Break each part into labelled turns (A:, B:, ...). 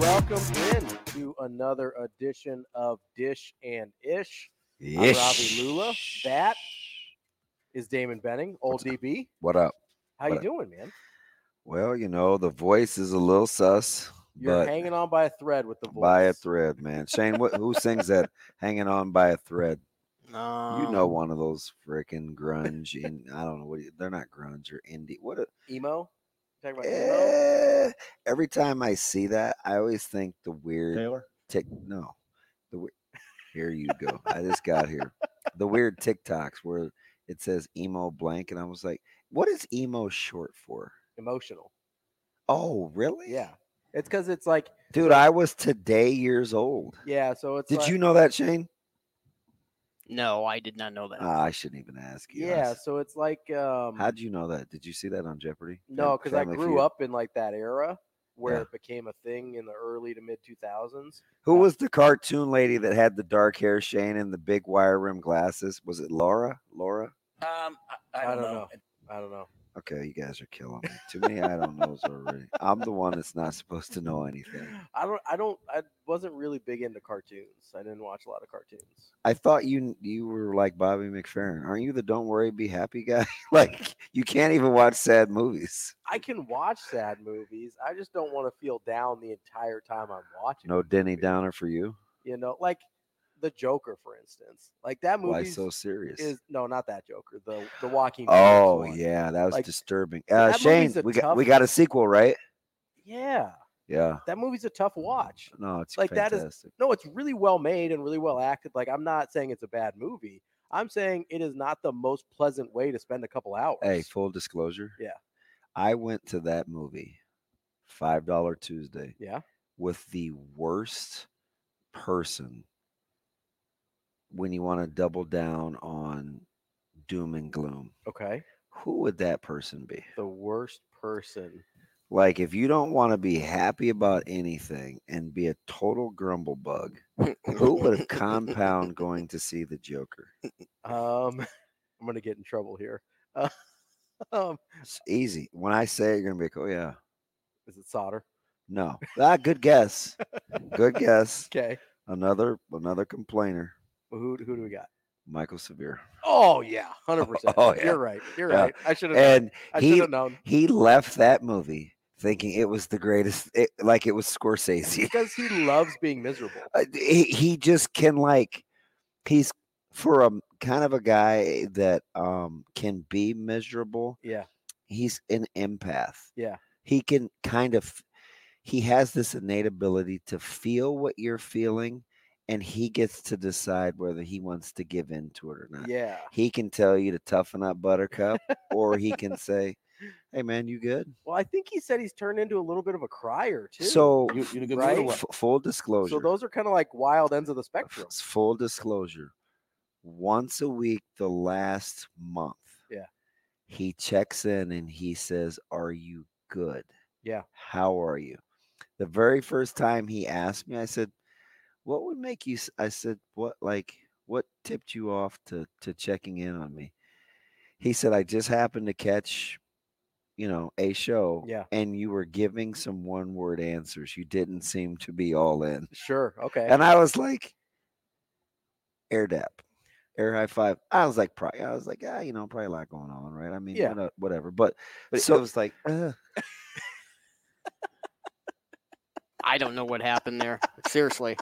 A: welcome in to another edition of Dish and Ish. I'm Robbie
B: Ish.
A: Lula. That is Damon Benning, old
B: What's up?
A: DB.
B: What up?
A: How you
B: What up?
A: doing, man?
B: Well, you know, the voice is a little sus,
A: You're
B: but
A: hanging on by a thread with the voice.
B: by a thread, man. Shane, what, who sings that? Hanging on by a thread. you
A: Um.
B: know, one of those freaking grunge. In, I don't know what you- they're not grunge or indie. What? A,
A: emo. You talking about emo?
B: eh, every time I see that, I always think the weird
C: Taylor.
B: tick. No, the we- here you go. I just got here. The weird TikToks where it says emo blank, and I was like, what is emo short for?
A: Emotional.
B: Oh, really?
A: Yeah, it's because it's like
B: Dude, I was today years old.
A: yeah. So it's
B: Did
A: like-
B: you know that, Shane?
D: No, I did not know that.
B: Ah, I shouldn't even ask you. I
A: Yeah,
B: s-
A: so it's like um
B: How'd you know that? Did you see that on Jeopardy?
A: no,
B: Fam-
A: because I
B: Family
A: grew
B: Feud?
A: up in like that era where
B: Yeah.
A: it became a thing in the early to mid two thousands.
B: Who was the cartoon lady that had the dark hair, Shane, and the big wire rim glasses? Was it Laura? Laura?
D: Um, I, I, don't, know.
A: I don't know.
B: Okay, you guys are killing me. To me, I don't know already. I'm the one that's not supposed to know anything.
A: I don't. I don't. I wasn't really big into cartoons. I didn't watch a lot of cartoons.
B: I thought you you were like Bobby McFerrin. Aren't you the don't worry, be happy guy? like you can't even watch sad movies.
A: I can watch sad movies. I just don't want to feel down the entire time I'm watching.
B: No
A: the
B: Denny
A: movie,
B: Downer for you.
A: You know, like the Joker, for instance. Like that
B: Why
A: movie
B: so serious?
A: is no, not that Joker. The the Walking. Phoenix
B: Oh
A: one.
B: yeah, that was
A: Like,
B: disturbing.
A: that
B: Uh,
A: movie's
B: Shane,
A: a
B: we got
A: tough-
B: we got a sequel, right?
A: Yeah,
B: Yeah.
A: that movie's a tough watch.
B: No, it's
A: Like, that is-
B: fantastic.
A: no, it's really well made and really well acted. Like I'm not saying it's a bad movie. I'm saying it is not the most pleasant way to spend a couple hours.
B: Hey, full disclosure.
A: Yeah.
B: I went to that movie, Five Dollar Tuesday,
A: yeah,
B: with the worst person. When you want to double down on doom and gloom,
A: okay.
B: who would that person be?
A: The worst person.
B: Like, if you don't want to be happy about anything and be a total grumble bug, who would compound going to see the Joker?
A: Um, I'm gonna get in trouble here. Uh, um,
B: It's easy. When I say it, you're gonna be like, "Oh yeah,
A: is it solder?
B: no, ah, good guess, good guess."
A: Okay.
B: Another another complainer,
A: Well, who who do we got?
B: Michael Severe,
A: Oh yeah, hundred percent.
B: Oh, yeah.
A: You're right. You're
B: Yeah.
A: right. I should have.
B: and
A: I should
B: he
A: have known
B: he left that movie thinking it was the greatest, it, like it was Scorsese.
A: because he loves being miserable.
B: Uh, he, he just can like he's for a m- kind of a guy that um can be miserable.
A: Yeah.
B: He's an empath.
A: Yeah.
B: He can kind of he has this innate ability to feel what you're feeling and he gets to decide whether he wants to give in to it or not.
A: Yeah.
B: He can tell you to toughen up buttercup or he can say, "Hey man, you good?"
A: Well, I think he said he's turned into a little bit of a crier too.
B: So
C: You, you in a good
A: Right?
C: mood or what?
B: f- full disclosure.
A: so those are kind of like wild ends of the
B: f-
A: spectrum.
B: full disclosure once a week the last month
A: Yeah.
B: he checks in and he says are you good
A: Yeah.
B: how are you the very first time he asked me i said what would make you s-" i said what like what tipped you off to to checking in on me he said i just happened to catch you know a show
A: Yeah.
B: and you were giving some one word answers you didn't seem to be all in
A: Sure. Okay.
B: and I was like, air dap, air high five. I was like, probably, I was like, ah, you know, probably a lot going on, right? I mean,
A: Yeah.
B: you know, whatever. But,
A: But it-
B: so
A: it
B: it was like, uh,
D: I don't know what happened there. Seriously,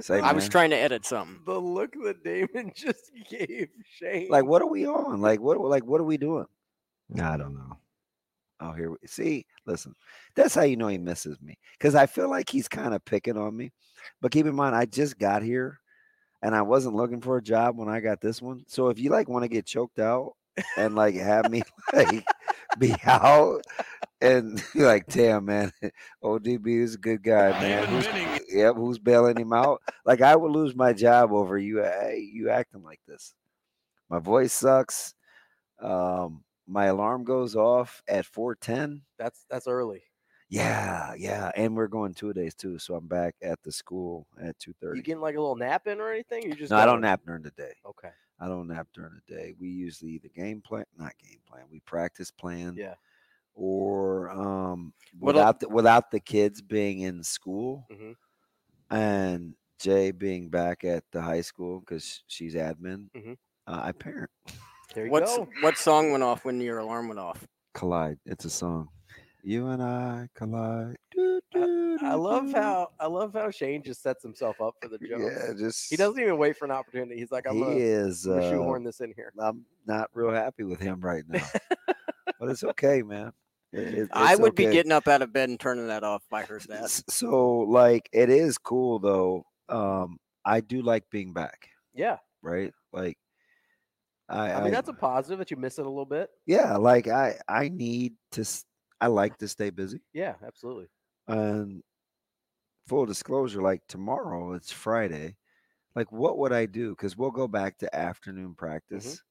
B: say,
D: I was
B: man,
D: trying to edit something.
A: the look that Damon just gave Shane.
B: like, what are we on? Like, what, like, what are we doing? I don't know. Oh, here we see. Listen, that's how you know he misses me because I feel like he's kind of picking on me. But keep in mind, I just got here and I wasn't looking for a job when I got this one. So if you like want to get choked out and like have me like be out and you're like, damn man, ODB is a good guy, man. Who's, yep, who's bailing him out? Like I would lose my job over you. uh, You acting like this. My voice sucks. Um, my alarm goes off at four ten.
A: that's that's early.
B: Yeah, yeah, and we're going two days too, so I'm back at the school at two
A: You
B: thirty.
A: getting like a little nap in or anything? You just
B: No, I don't
A: going?
B: nap during the day.
A: Okay.
B: I don't nap during the day. We usually either game plan, not game plan. We practice plan.
A: Yeah.
B: or um,
D: What el-
B: without the, without the kids being in school
A: Mhm.
B: and Jay being back at the high school because she's admin,
A: Mhm.
B: uh, I parent.
A: There you
D: What's
A: go.
D: what song went off when your alarm went off?
B: Collide. It's a song. You and I collide.
A: I love
B: Mm-hmm.
A: how I love how Shane just sets himself up for the joke.
B: Yeah, just
A: He doesn't even wait for an opportunity. He's like, I'm
B: he
A: gonna,
B: is.
A: I'm gonna
B: uh,
A: shoehorn this in here.
B: I'm not real happy with him right now, but it's okay, man. It- it-
D: I
B: it's
D: would be
B: okay.
D: getting up out of bed and turning that off if I heard that.
B: S- So like it is cool though. Um I do like being back,
A: Yeah.
B: right? Like I,
A: I mean, that's a positive that you miss it a little bit.
B: yeah, like I I need to s- I like to stay busy.
A: Yeah, absolutely.
B: And full disclosure like tomorrow it's Friday. Like what would I do cuz we'll go back to afternoon practice.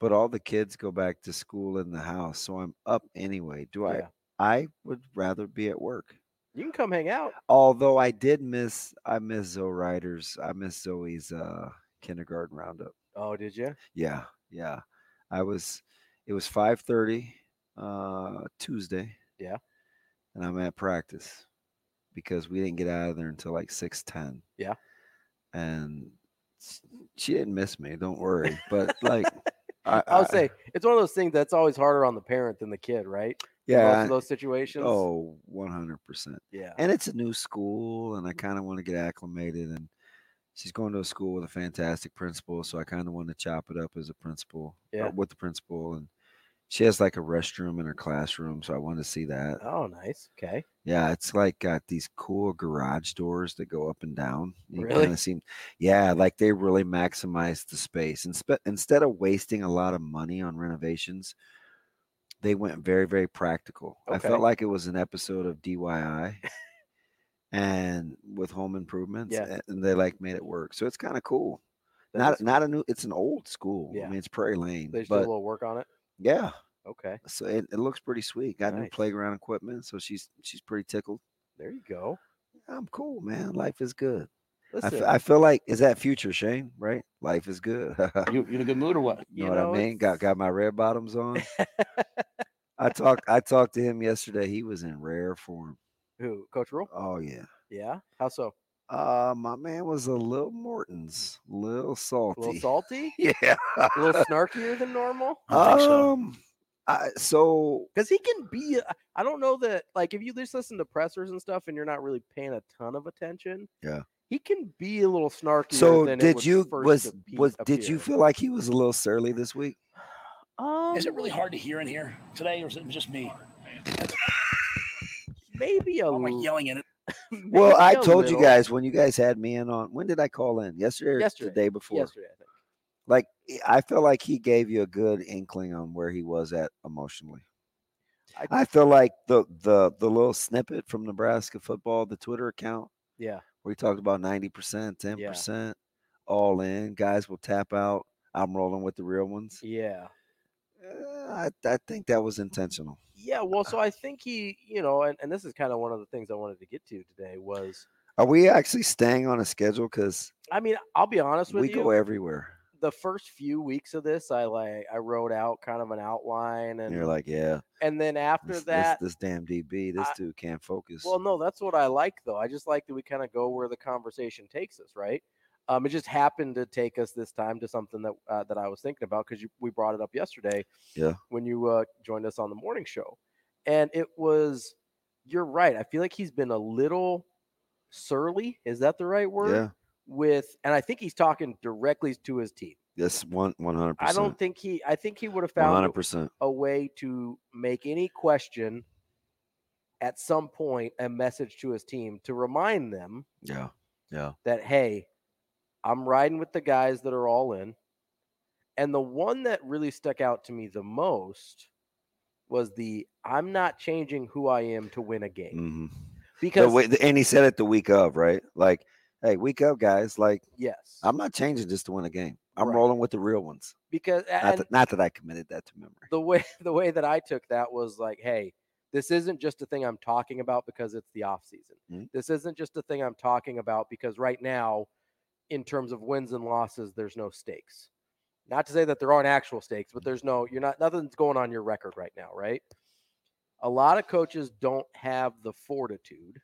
B: But all the kids go back to school in the house, so I'm up anyway. Do I
A: Yeah.
B: I would rather be at work.
A: You can come hang out.
B: Although I did miss, I miss Zoe Ryder's, I miss Zoe's uh, kindergarten roundup.
A: Oh, did you?
B: Yeah, yeah. I was, it was five thirty uh, Tuesday.
A: Yeah.
B: and I'm at practice because we didn't get out of there until like six ten.
A: Yeah.
B: and s- she didn't miss me. Don't worry, but Uh, like, I,
A: I would say it's one of those things that's always harder on the parent than the kid, right? In most
B: yeah.
A: of those situations.
B: Oh, 100 percent.
A: yeah.
B: and it's a new school and i kind of want to get acclimated and she's going to a school with a fantastic principal so i kind of want to chop it up as a principal or
A: Yeah.
B: with the principal and she has like a restroom in her classroom so i want to see that
A: Oh, nice. Okay.
B: yeah it's like got these cool garage doors that go up and down you
A: Really?
B: kind of seem yeah like they really maximize the space and spe- instead of wasting a lot of money on renovations they went very very practical i
A: Okay.
B: felt like it was an episode of dyi and with home improvements
A: Yeah.
B: a- and they like made it work so it's kind of cool
A: That
B: not
A: is-
B: not a new it's an old school i
A: Yeah.
B: mean it's prairie lane
A: they just did a
B: but
A: little work on it.
B: yeah
A: Okay.
B: so it, it looks pretty sweet got new
A: Nice.
B: playground equipment so she's she's pretty tickled
A: There you go.
B: I'm cool, man. Life is good. I,
A: Listen,
B: f- I feel like is that future Shane, right? Life is good. you
C: You, you in a good mood or what?
A: you
B: know what I mean? Got
A: it's-
B: got my red bottoms on. I talked I talked to him yesterday. He was in rare form.
A: Who? Coach Rule?
B: Oh yeah.
A: Yeah. How so?
B: Uh my man was a little Morton's, little salty.
A: A little salty?
B: Yeah.
A: a little snarkier than normal?
C: I think so.
B: Um I, so
A: Because he can be, a- I don't know that, like, if you just listen to pressers and stuff and you're not really paying a ton of attention.
B: Yeah.
A: He can be a little snarky.
B: so
A: than it
B: did
A: would
B: you
A: first
B: was
A: appe-
B: was did you
A: appear.
B: feel like he was a little surly this week?
A: Um,
C: Is it really hard to hear in here today, or is it just me?
A: Maybe a
C: I'm like
A: l-
C: yelling in it.
B: Well,
A: maybe
B: I
A: a
B: told you
A: little.
B: guys when you guys had me in on when did I call in? Yesterday or
A: Yesterday.
B: the day before?
A: yesterday. I think.
B: like y- I feel like he gave you a good inkling on where he was at emotionally.
A: I-
B: I, feel like the the the little snippet from Nebraska football, the Twitter account
A: Yeah.
B: where he talked about ninety percent, ten percent, all in. Guys will tap out. I'm rolling with the real ones.
A: Yeah.
B: Uh, I I think that was intentional.
A: Yeah. Well, so I think he, you know, and, and this is kind of one of the things I wanted to get to today was,
B: Are we actually staying on a schedule? Because
A: I mean, I'll be honest with
B: we
A: you.
B: go everywhere.
A: the first few weeks of this, I like I wrote out kind of an outline,
B: And
A: and
B: you're like, yeah,
A: and then after
B: this,
A: that,
B: this, this damn DB, this
A: I-
B: dude can't focus.
A: well, no, that's what I like though. I just like that we kind of go where the conversation takes us, right? Um, it just happened to take us this time to something that uh, that I was thinking about because we brought it up yesterday.
B: Yeah.
A: when you uh, joined us on the morning show, and it was you're right. I feel like he's been a little surly. Is that the right word?
B: yeah,
A: With and I think he's talking directly to his team.
B: yes, one one hundred
A: I
B: percent.
A: don't think he. I think he would have
B: One
A: found
B: hundred percent.
A: a way to make any question at some point a message to his team to remind them
B: Yeah. Yeah.
A: that hey, I'm riding with the guys that are all in. And the one that really stuck out to me the most was the I'm not changing who I am to win a game
B: hmm
A: because
B: and he said it the week of, right? Like, hey, week of, guys. Like,
A: yes,
B: I'm not changing just to win a game. I'm
A: Right.
B: rolling with the real ones.
A: because
B: Not
A: and
B: that, not that I committed that to memory.
A: the way the way that I took that was like, hey, this isn't just a thing I'm talking about because it's the off season.
B: Mhm.
A: This isn't just a thing I'm talking about because right now, in terms of wins and losses, there's no stakes. Not to say that there aren't actual stakes, but there's no you're not nothing's going on your record right now, right? A lot of coaches don't have the fortitude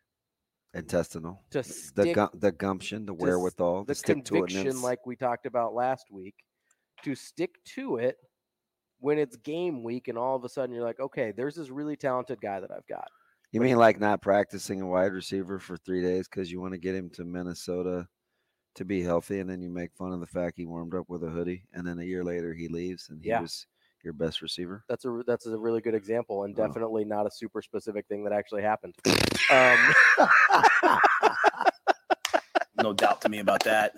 B: Intestinal.
A: to
B: The
A: stick
B: gum, the gumption, the
A: to s-
B: wherewithal,
A: the
B: the stick to it.
A: conviction, like we talked about last week, to stick to it when it's game week, and all of a sudden you're like, okay, there's this really talented guy that I've got.
B: you mean like not practicing a wide receiver for three days because you want to get him to Minnesota to be healthy, and then you make fun of the fact he warmed up with a hoodie, and then a year later he leaves, and he
A: Yeah.
B: was your best receiver.
A: That's a that's a really good example, and
B: Oh.
A: definitely not a super specific thing that actually happened. Um,
C: No doubt to me about that.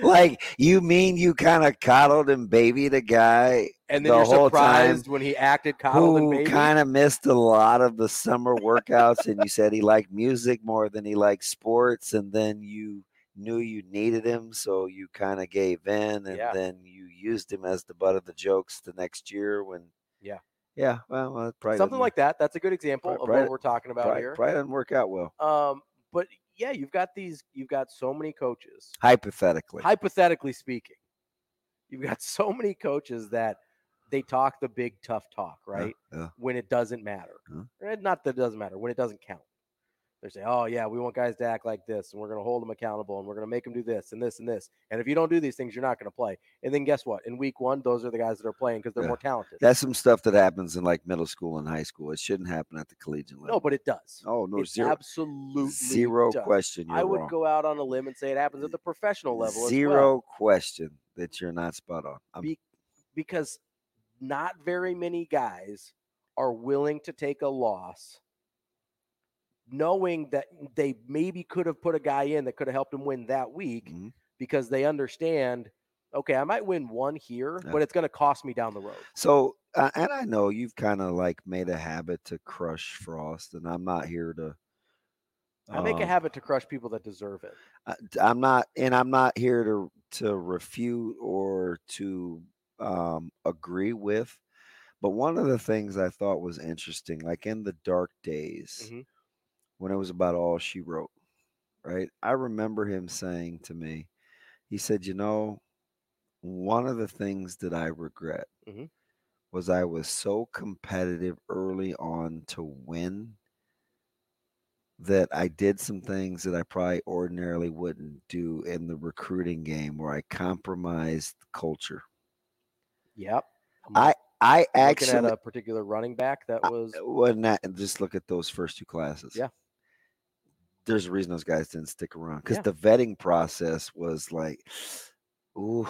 B: like you mean you kind of coddled and babied a guy
A: and then
B: The
A: you're
B: whole time,
A: surprised when he acted coddled and
B: who
A: baby.
B: kind of missed a lot of the summer workouts and you said he liked music more than he liked sports and then you knew you needed him so you kind of gave in and
A: Yeah.
B: then you used him as the butt of the jokes the next year when
A: Yeah.
B: yeah well, well it probably
A: Something like that. That's a good example
B: Pri-
A: of
B: pri-
A: what we're talking about
B: probably,
A: here.
B: probably didn't work out well
A: Um, but yeah, you've got these. You've got so many coaches.
B: hypothetically
A: Hypothetically speaking, you've got so many coaches that they talk the big tough talk,
B: Yeah,
A: right?
B: yeah.
A: When it doesn't matter,
B: Huh?
A: Eh, not that it doesn't matter. When it doesn't count, they say, "Oh yeah, we want guys to act like this, and we're going to hold them accountable, and we're going to make them do this and this and this. And if you don't do these things, you're not going to play." And then guess what? In week one, those are the guys that are playing because they're
B: Yeah.
A: more talented.
B: that's some stuff that happens in like middle school and high school it shouldn't happen at the collegiate level
A: no, but it does.
B: oh no
A: it
B: zero
A: absolutely
B: zero
A: does.
B: question you're
A: I would
B: wrong.
A: go out on a limb and say it happens at the professional level. as well,
B: zero question that you're not spot on I'm
A: Be- because not very many guys are willing to take a loss knowing that they maybe could have put a guy in that could have helped them win that week
B: Mhm.
A: because they understand okay i might win one here
B: Yeah.
A: but it's going to cost me down the road
B: So, uh, and I know you've kind of like made a habit to crush Frost, and I'm not here to.
A: i make a
B: um,
A: habit to crush people that deserve it
B: I- d- I'm not, and I'm not here to to refute or to um, agree with. But one of the things I thought was interesting, like in the dark days,
A: Mhm.
B: when it was about all she wrote, right? I remember him saying to me, he said, "You know, one of the things that I regret
A: Mhm.
B: was I was so competitive early on to win." that I did some things that I probably ordinarily wouldn't do in the recruiting game where I compromised culture.
A: yep I'm
B: I
A: looking at
B: actually uh,
A: a particular running back that was
B: well not just look at those first two classes.
A: Yeah.
B: There's a reason those guys didn't stick around because
A: Yeah.
B: the vetting process was like, ooh,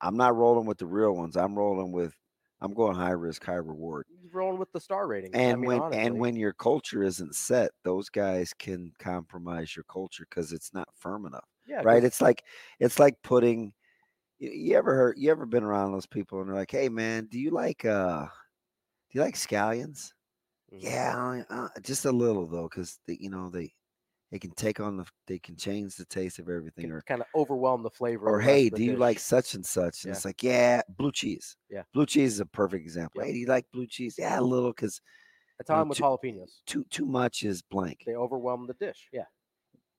B: I'm not rolling with the real ones. I'm rolling with I'm going high risk, high reward.
A: rolling with the star rating
B: And
A: I mean,
B: when
A: honestly,
B: and when your culture isn't set, those guys can compromise your culture because it's not firm enough.
A: yeah, 'cause
B: right? It's like it's like putting. You, you ever heard? You ever been around those people and they're like, "Hey, man, do you like uh, do you like scallions?"
A: Mhm.
B: Yeah, I- uh, just a little though, because you know they they can take on the f- they can change the taste of everything. Or
A: kind of overwhelm the flavor. of
B: or
A: the rest
B: hey,
A: of the
B: do you
A: dish.
B: like such and such? And
A: Yeah.
B: it's like, yeah, blue cheese.
A: Yeah.
B: blue cheese is a perfect example.
A: Yep.
B: Hey, do you like blue cheese? Yeah, a little, because
A: That's how
B: uh,
A: I'm with
B: two-
A: jalapenos.
B: too too much is blank.
A: They overwhelm the dish. Yeah.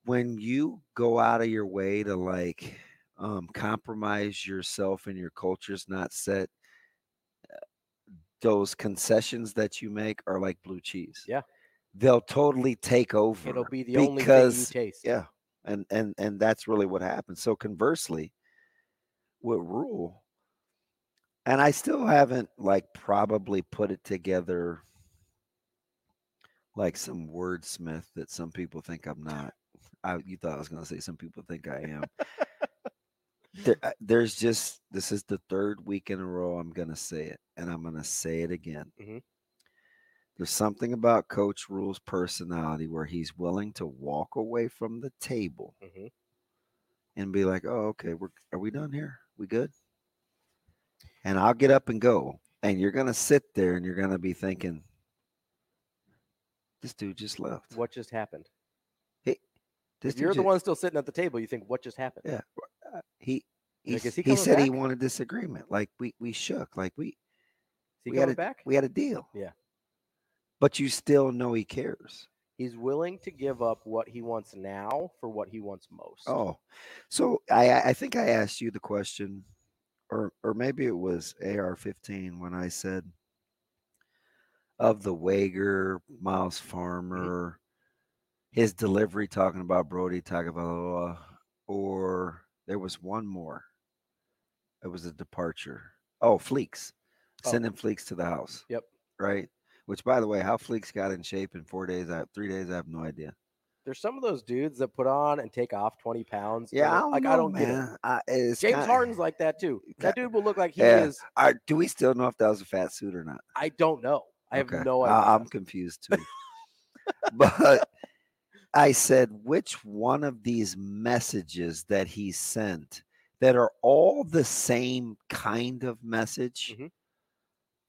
B: when you go out of your way to like um, compromise yourself and your culture's not set, uh, those concessions that you make are like blue cheese.
A: Yeah.
B: they'll totally take over.
A: It'll be the only thing you
B: because
A: taste.
B: yeah, and and and that's really what happens. So conversely, with rule, and I still haven't like probably put it together like some wordsmith that some people think I'm not. I, you thought I was going to say some people think I am. There- uh, there's just this is the third week in a row I'm going to say it, and I'm going to say it again.
A: Mhm.
B: There's something about Coach Rule's personality where he's willing to walk away from the table
A: Mhm.
B: and be like, "Oh, okay, we're are we done here? We good?" And I'll get up and go, and you're gonna sit there and you're gonna be thinking, "This dude just left.
A: What just happened?
B: This
A: if you're
B: dude
A: the
B: ju-
A: one still sitting at the table, you think, what just happened?
B: Yeah. He he,
A: Like, is
B: s-
A: he
B: he
A: coming
B: said he
A: back?
B: wanted this agreement. Like we we shook. Like we
A: Is he
B: We
A: coming
B: had
A: back?
B: we had a deal.
A: Yeah.
B: But you still know he cares.
A: He's willing to give up what he wants now for what he wants most.
B: Oh, so I I I think I asked you the question, or or maybe it was AR fifteen when I said of the Wager, Miles
A: Mm-hmm.
B: Farmer, his delivery talking about Brody Tagovailoa, or there was one more. It was a departure. Oh, Fleeks,
A: Oh.
B: sending Fleeks to the house.
A: Yep.
B: Right. Which, by the way, how Fleeks got in shape in four days, I three days, I have no idea.
A: There's some of those dudes that put on and take off 20 pounds. and
B: Yeah, I
A: it-
B: don't
A: like
B: know,
A: I don't
B: man.
A: get it.
B: I, it's
A: James
B: kinda-
A: Harden's like that too. That dude will look like he
B: Yeah.
A: is.
B: I- do we still know if that was a fat suit or not?
A: I don't know. I have
B: Okay,
A: no idea.
B: I, am confused too. but I said, which one of these messages that he sent that are all the same kind of message,
A: Mhm.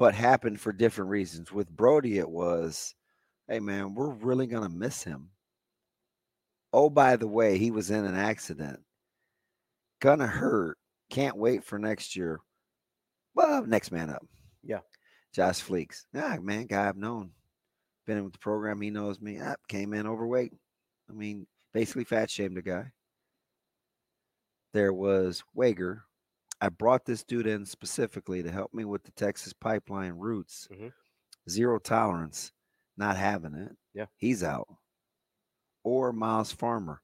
B: but happened for different reasons? With Brody, it was, hey, man, we're really going to miss him. Oh, by the way, he was in an accident. Gonna hurt. Can't wait for next year. Well, next man up.
A: Yeah.
B: Josh Fleeks. Ah, man, guy I've known. Been in with the program. He knows me. Ah, came in overweight. I mean, basically fat shamed a guy. There was Wager. I brought this dude in specifically to help me with the Texas pipeline routes.
A: Mhm.
B: Zero tolerance. Not having it.
A: Yeah.
B: He's out. Or Miles Farmer,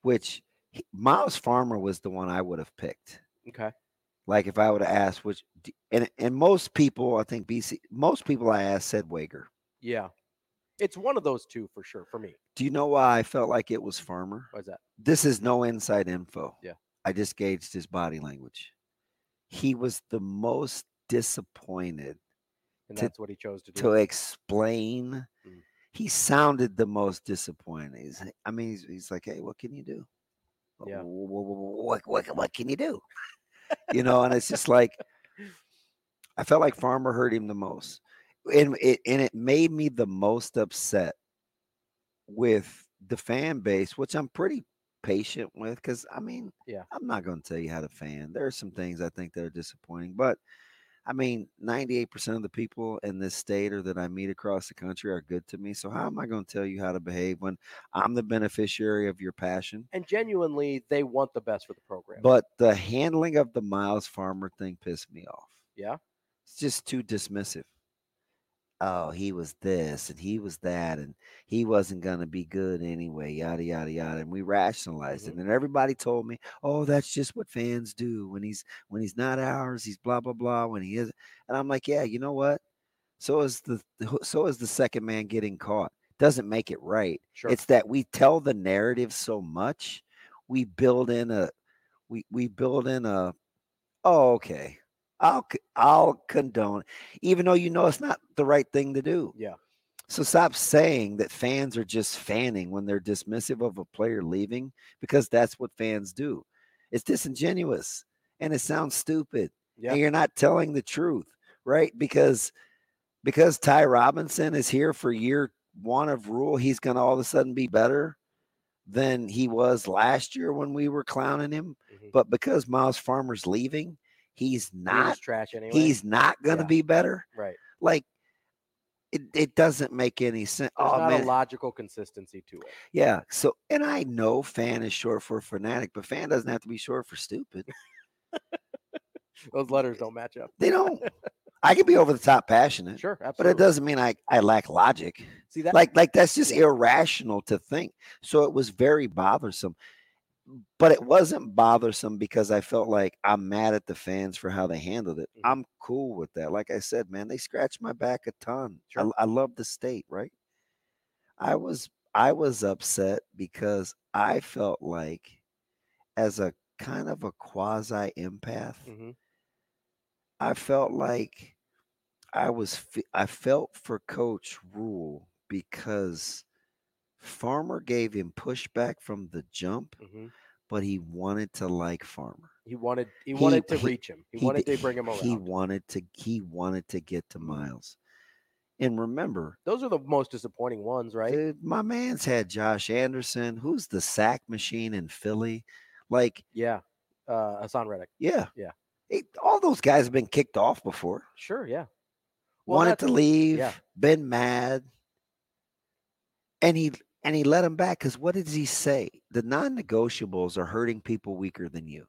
B: which he- Miles Farmer was the one I would have picked
A: okay.
B: like if I would have asked which d- and and most people I think BC most people I asked said Wager.
A: Yeah. It's one of those two for sure for me.
B: Do you know why I felt like it was Farmer?
A: Why is that?
B: This is no inside info.
A: Yeah.
B: I just gauged his body language. He was the most disappointed
A: And
B: To-
A: that's what he chose to do.
B: to explain.
A: Mm.
B: He sounded the most disappointed. He's, like- I mean, he's, he's like, "Hey, what can you do? Wh-
A: Yeah.
B: wh- wh- wh- What, what, what can you do?" you know, and it's just like I felt like Farmer hurt him the most, and it and it made me the most upset with the fan base, which I'm pretty patient with because I mean,
A: Yeah.
B: I'm not going to tell you how to fan. There are some things I think that are disappointing, but I mean, 98% of the people in this state or that I meet across the country are good to me. So how am I going to tell you how to behave when I'm the beneficiary of your passion?
A: and genuinely, they want the best for the program.
B: But the handling of the Miles Farmer thing pissed me off.
A: Yeah?
B: It's just too dismissive. Oh, he was this and he was that and he wasn't going to be good anyway, yada, yada, yada. And we rationalized
A: Mhm.
B: it. And everybody told me, oh, that's just what fans do. When he's when he's not ours, he's blah, blah, blah. When he is. And I'm like, yeah, you know what? So is the the ho- so is the second man getting caught. Doesn't make it right.
A: sure.
B: It's that we tell the narrative so much, we build in a we we build in a oh okay. I'll c- I'll condone even though you know it's not the right thing to do.
A: Yeah.
B: So stop saying that fans are just fanning when they're dismissive of a player leaving because that's what fans do. It's disingenuous and it sounds stupid
A: yeah.
B: and you're not telling the truth, right? Because because Ty Robinson is here for year one of rule, he's going to all of a sudden be better than he was last year when we were clowning him.
A: Mhm.
B: But because Miles Farmer's leaving, he's
A: He
B: not
A: was trash anyway.
B: he's not going to
A: Yeah.
B: be better.
A: right.
B: Like it, it doesn't make any sense.
A: There's
B: oh
A: not
B: man,
A: a logical consistency to it.
B: yeah. So, and I know fan is short for fanatic, but fan doesn't have to be short for stupid.
A: Those letters don't match up.
B: They don't. I can be over the top passionate.
A: Sure, absolutely.
B: But it doesn't mean I, I lack logic.
A: See that?
B: Like like that's just
A: Yeah.
B: irrational to think. So it was very bothersome. But it wasn't bothersome because I felt like I'm mad at the fans for how they handled it.
A: Mhm.
B: I'm cool with that. Like I said, man, they scratched my back a ton. I
A: Sure.
B: l- I, love the state, right? I was I was upset because I felt like as a kind of a quasi empath,
A: Mhm.
B: I felt like I was fe- I felt for Coach Rule because Farmer gave him pushback from the jump,
A: Mhm.
B: but he wanted to like Farmer.
A: He wanted he
B: He-
A: wanted to
B: he-
A: reach him. He, wanted
B: d-
A: to bring him around.
B: He wanted to he wanted to get to Miles. And remember,
A: Those are the most disappointing ones, right?
B: dude, my man's had Josh Anderson, who's the sack machine in Philly. Like,
A: Yeah. Uh Hassan Reddick.
B: yeah.
A: Yeah.
B: It- all those guys have been kicked off before.
A: Sure, yeah. Well,
B: wanted to
A: that's-
B: leave,
A: yeah.
B: been mad. And he and he let him back because what does he say? The non-negotiables are hurting people weaker than you.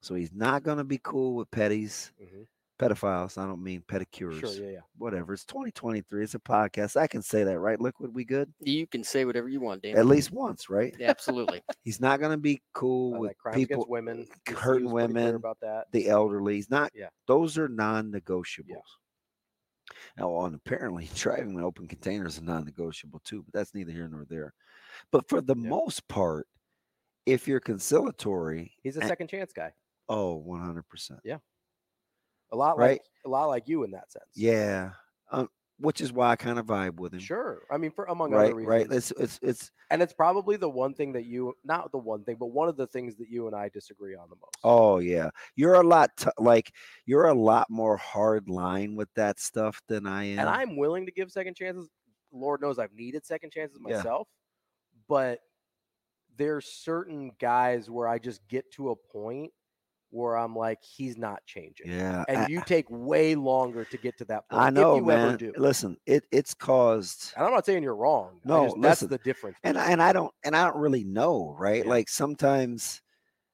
B: So he's not gonna be cool with petties.
A: Mhm.
B: pedophiles. I don't mean pedicures.
A: Sure, yeah, yeah.
B: Whatever. It's 2023. It's a podcast. I can say that, right? Look, would we good?
D: You can say whatever you want, Dan.
B: At least once, right?
D: Yeah, absolutely.
B: He's not going to be cool
A: Uh,
B: with
A: like crimes
B: people
A: against women, he
B: hurting
A: was pretty clear
B: women,
A: about that.
B: the elderly. He's not.
A: Yeah.
B: Those are non-negotiables. Now, and apparently, driving in open containers is non-negotiable too, but that's neither here nor there. But for the
A: Yeah.
B: most part, if you're conciliatory,
A: He's a
B: and-
A: second chance guy.
B: oh, 100 percent.
A: A lot
B: Right.
A: like a lot like you in that sense.
B: Yeah, um, which is why I kind of vibe with him.
A: Sure. I mean, for among
B: Right,
A: other reasons.
B: right. It's it's it's
A: And it's probably the one thing that you not the one thing, but one of the things that you and I disagree on the most.
B: oh yeah. You're a lot t- like you're a lot more hard line with that stuff than I am.
A: And I'm willing to give second chances. Lord knows I've needed second chances
B: Yeah.
A: myself. But there's certain guys where I just get to a point where I'm like, he's not changing.
B: yeah.
A: And
B: I,
A: you take way longer to get to that point.
B: I know,
A: if you
B: man.
A: ever do.
B: Listen, it it's caused.
A: And I'm not saying you're wrong. I
B: No,
A: just- that's
B: listen,
A: the difference.
B: and I-
A: between-
B: and I don't and I don't really know, right?
A: Yeah.
B: Like sometimes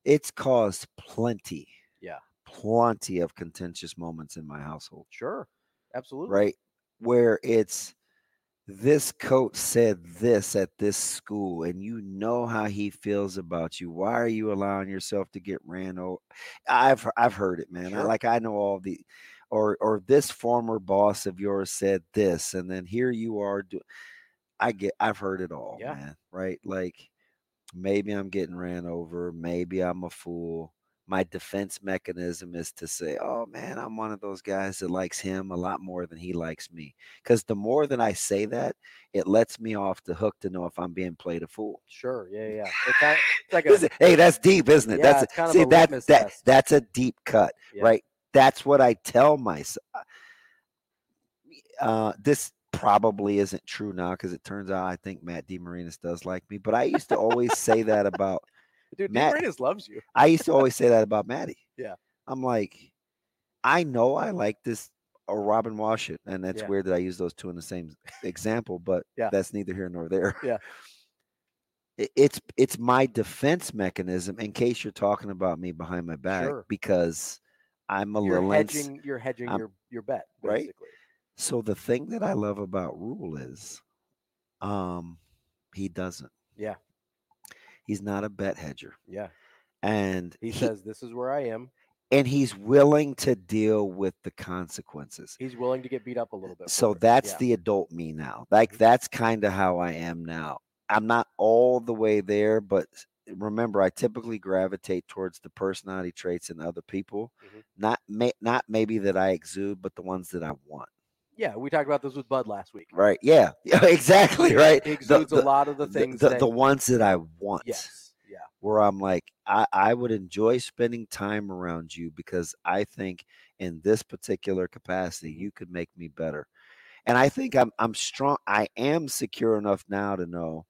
B: it's caused plenty,
A: Yeah.
B: plenty of contentious moments in my household,
A: sure, absolutely.
B: right? Where it's this coach said this at this school, and you know how he feels about you. Why are you allowing yourself to get ran over? I've he- I've heard it, man. I,
A: Sure.
B: like I know all the, or or this former boss of yours said this, and then here you are doing. I get I've heard it all,
A: Yeah.
B: man. Right? Like maybe I'm getting ran over, maybe I'm a fool. My defense mechanism is to say, "Oh man, I'm one of those guys that likes him a lot more than he likes me." Cuz the more that I say that, it lets me off the hook to know if I'm being played a fool.
A: Sure. Yeah, yeah. yeah. It's, kind it's like a,
B: Is it- hey, that's deep, isn't it?
A: Yeah,
B: that's
A: it's kind of
B: see
A: a
B: that,
A: litmus
B: that
A: test.
B: that's a deep cut,
A: Yeah.
B: right? That's what I tell myself. Uh, this probably isn't true now because it turns out I think Matt DeMarinis does like me, but I used to always say that about
A: dude.
B: Matt-
A: Matt just loves you.
B: I used to always say that about Maddie.
A: Yeah.
B: I'm like, I know I like this or Robin Wash it. And that's
A: Yeah.
B: weird that I use those two in the same example, but
A: Yeah.
B: that's neither here nor there.
A: Yeah.
B: I- It's it's my defense mechanism in case you're talking about me behind my back
A: Sure.
B: because I'm a
A: You're
B: little ins-
A: hedging. You're hedging
B: I'm-
A: your your bet.
B: right?
A: Basically.
B: So the thing that I love about Rule is um he doesn't.
A: Yeah.
B: He's not a bet hedger.
A: Yeah.
B: And
A: He, says, "This is where I am."
B: and he's willing to deal with the consequences.
A: He's willing to get beat up a little bit.
B: So
A: for it.
B: that's
A: Yeah.
B: the adult me now. Like
A: Mhm.
B: that's kind of how I am now. I'm not all the way there, but s- remember, I typically gravitate towards the personality traits in other people,
A: Mhm.
B: not may, not maybe that I exude, but the ones that I want.
A: yeah. We talked about this with Bud last week.
B: Right? Yeah. Yeah. Exactly. Right.
A: He
B: The-
A: exudes a
B: the-
A: lot of the
B: the-
A: things
B: the,
A: that.
B: the ones that I want.
A: yes. Yeah.
B: where I'm like, I, I would enjoy spending time around you because I think in this particular capacity, you could make me better. And I think I'm I'm strong. I am secure enough now to know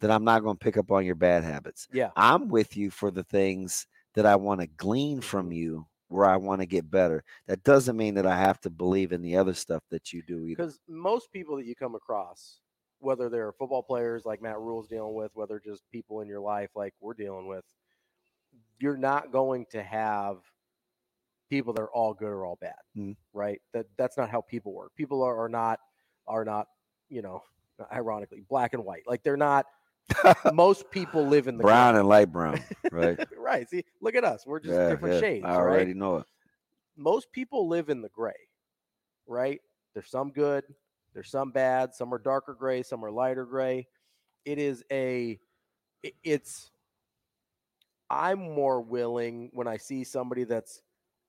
B: that I'm not going to pick up on your bad habits.
A: Yeah.
B: I'm with you for the things that I want to glean
A: Mm-hmm.
B: from you where I want to get better. That doesn't mean that I have to believe in the other stuff that you do either.
A: Because most people that you come across, whether they're football players like Matt Rule's dealing with, whether just people in your life like we're dealing with, you're not going to have people that are all good or all bad,
B: Mm.
A: right? That that's not how people work. People are, are not are not you know, ironically black and white. Like they're not. most people live in the
B: Brown
A: gray.
B: and light brown, right?
A: right. See, look at us. We're just different shades.
B: I
A: right?
B: already know it.
A: most people live in the gray, right? There's some good, there's some bad, some are darker gray, some are lighter gray. It is a i- it's I'm more willing when I see somebody that's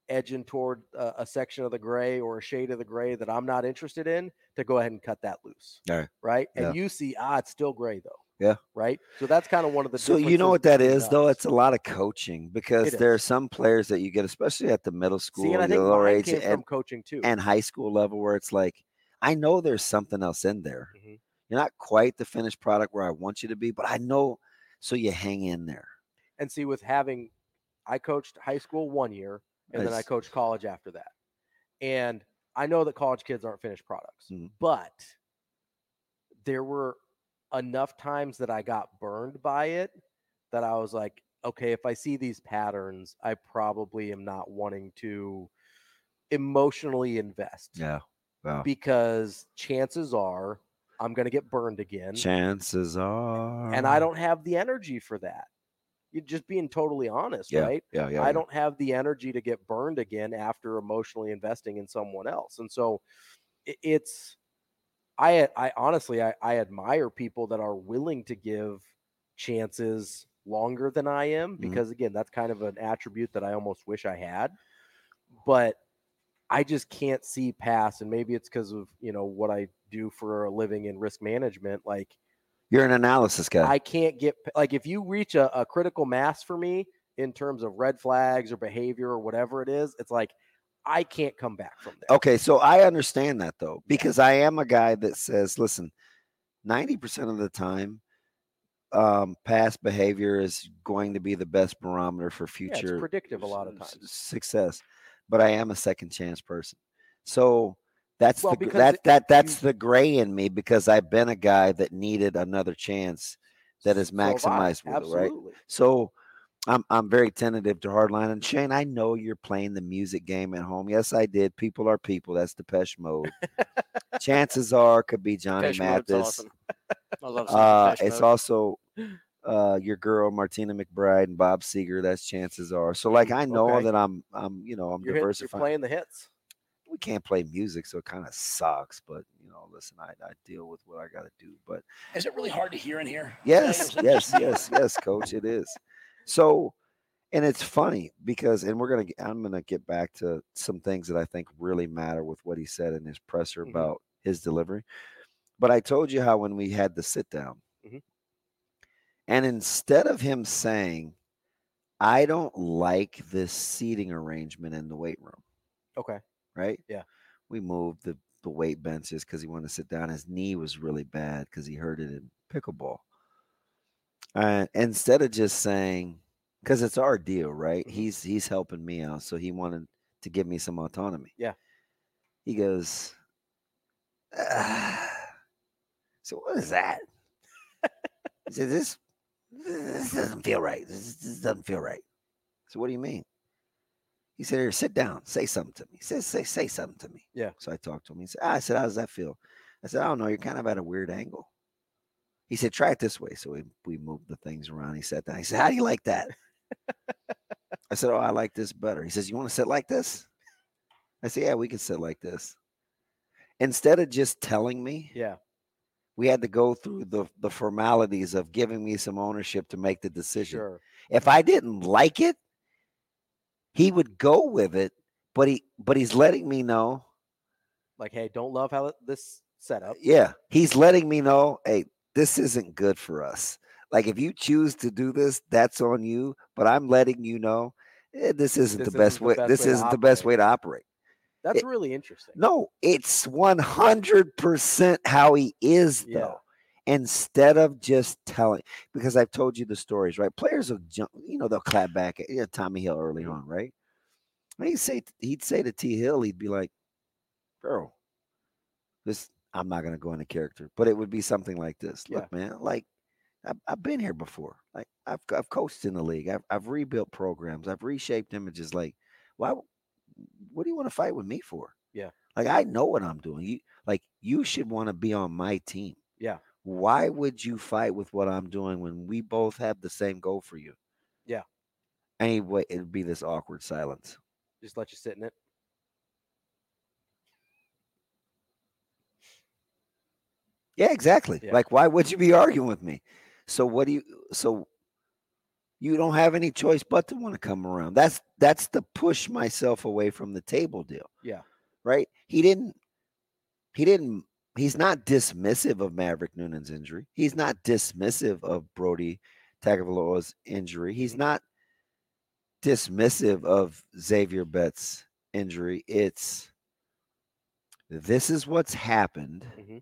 A: edging toward a, a section of the gray or a shade of the gray that I'm not interested in to go ahead and cut that loose.
B: All right.
A: Right? And you see, ah, it's still gray though.
B: Yeah.
A: Right? So that's kind of one of the
B: so you
A: differences
B: know what that
A: between
B: is though
A: us.
B: it's a lot of coaching because
A: It
B: there are
A: is.
B: some players that you get especially at the middle school
A: See, and I
B: the
A: think
B: lower
A: mine
B: age
A: came from
B: and,
A: coaching too.
B: and high school level where it's like i know there's something else in there
A: Mhm.
B: you're not quite the finished product where i want you to be but i know so you hang in there
A: and see with having i coached high school one year and then i
B: Nice.
A: coached college after that and i know that college kids aren't finished products
B: Mhm.
A: but there were enough times that i got burned by it that i was like okay if i see these patterns i probably am not wanting to emotionally invest
B: Yeah. Well,
A: because chances are I'm going to get burned again.
B: chances are.
A: and I don't have the energy for that. You're just being totally honest,
B: Yeah,
A: right?
B: Yeah, yeah.
A: I
B: yeah.
A: don't have the energy to get burned again after emotionally investing in someone else. And so i- it's I a- I honestly I, I admire people that are willing to give chances longer than I am
B: Mhm.
A: because again, that's kind of an attribute that I almost wish I had. But I just can't see past and maybe it's because of, you know, what I do for a living in risk management like
B: You're an analysis guy.
A: I can't get p- like if you reach a, a critical mass for me in terms of red flags or behavior or whatever it is, it's like I can't come back from there.
B: okay, so I understand that though, because I am a guy that says, listen, 90% of the time, um, past behavior is going to be the best barometer for
A: Yeah, it's
B: future
A: predictive a lot of
B: s-
A: times.
B: s- success. But I am a second chance person. So that's
A: Well,
B: the, gr-
A: because
B: that
A: it-
B: that that's the gray in me because I've been a guy that needed another chance that is
A: So have I,
B: maximized with it, right?
A: Absolutely.
B: So I'm I'm very tentative to hardline. And Shane, I know you're playing the music game at home. Yes, I did. People are people. That's Depeche Mode. Chances are could be Johnny
D: Depeche Mode's
B: Mathis.
D: awesome. I love some
B: Uh,
D: Depeche
B: it's
D: Mode.
B: also uh, your girl Martina McBride and Bob Seger. That's chances are. So like I know
A: okay.
B: that I'm I'm you know I'm
A: You're, hit- you're
B: diversifying.
A: playing the hits.
B: we can't play music, so it kind of sucks. But you know, listen, I, I deal with what I got to do. But
C: Is it really hard to hear in here?
B: Yes, yes, yes, yes, coach, it is. So, and it's funny because, and we're gonna, g- I'm gonna get back to some things that I think really matter with what he said in his presser
A: Mhm.
B: about his delivery. But I told you how when we had the sit down,
A: Mhm.
B: and instead of him saying, "I don't like this seating arrangement in the weight room,"
A: Okay.
B: right?
A: Yeah.
B: We moved the, the weight benches because he wanted to sit down. His knee was really bad because he hurt it in pickleball. And instead of just saying, because it's our deal, right?
A: Mhm.
B: He's he's helping me out, so he wanted to give me some autonomy.
A: Yeah.
B: He goes, "Ah, so what is that? he said, this this doesn't feel right. This, this doesn't feel right. So what do you mean? He said, here, sit down, say something to me. He says, say, say something to me.
A: Yeah.
B: So I talked to him. He said, "Ah," I said, how does that feel? I said, I don't know. You're kind of at a weird angle. He said, try it this way. So we, we moved the things around. He sat down. He said, how do you like that? I said, oh, I like this better. He says, you want to sit like this? I said, yeah, we can sit like this. Instead of just telling me,
A: Yeah.
B: we had to go through the, the formalities of giving me some ownership to make the decision.
A: Sure.
B: If I didn't like it, he would go with it, but he but he's letting me know.
A: Like, hey, don't love how it- this setup.
B: Yeah, he's letting me know, hey, this isn't good for us. Like if you choose to do this, that's on you, but I'm letting you know eh, this isn't
A: This
B: the best
A: isn't the
B: way
A: best
B: this
A: way to
B: isn't the best way
A: operate.
B: to operate.
A: That's
B: it-
A: really interesting.
B: No, it's 100% how he is
A: Yeah.
B: though. Instead of just telling, because I've told you the stories, right? Players will jump, you know, they'll clap back at you know, Tommy Hill early
A: Mhm.
B: on, right? And he'd say, he'd say to T Hill, he'd be like, "Girl, this I'm not gonna go into character, but it would be something like this.
A: Yeah.
B: Look, man, like I've, I've been here before. Like I've I've coached in the league. I've I've rebuilt programs. I've reshaped images. Like why? w- What do you want to fight with me for?
A: Yeah.
B: Like I know what I'm doing. You like you should want to be on my team.
A: Yeah.
B: Why would you fight with what I'm doing when we both have the same goal for you?
A: Yeah.
B: Anyway, it'd be this awkward silence.
A: Just let you sit in it.
B: Yeah, exactly.
A: Yeah.
B: Like, why would you be arguing with me? So what do you? So you don't have any choice but to want to come around. That's that's the push myself away from the table deal.
A: Yeah.
B: Right. He didn't. He didn't. He's not dismissive of Maverick Noonan's injury. He's not dismissive of Brody Tagovailoa's injury. He's not dismissive of Xavier Betts' injury. It's this is what's happened
A: Mhm.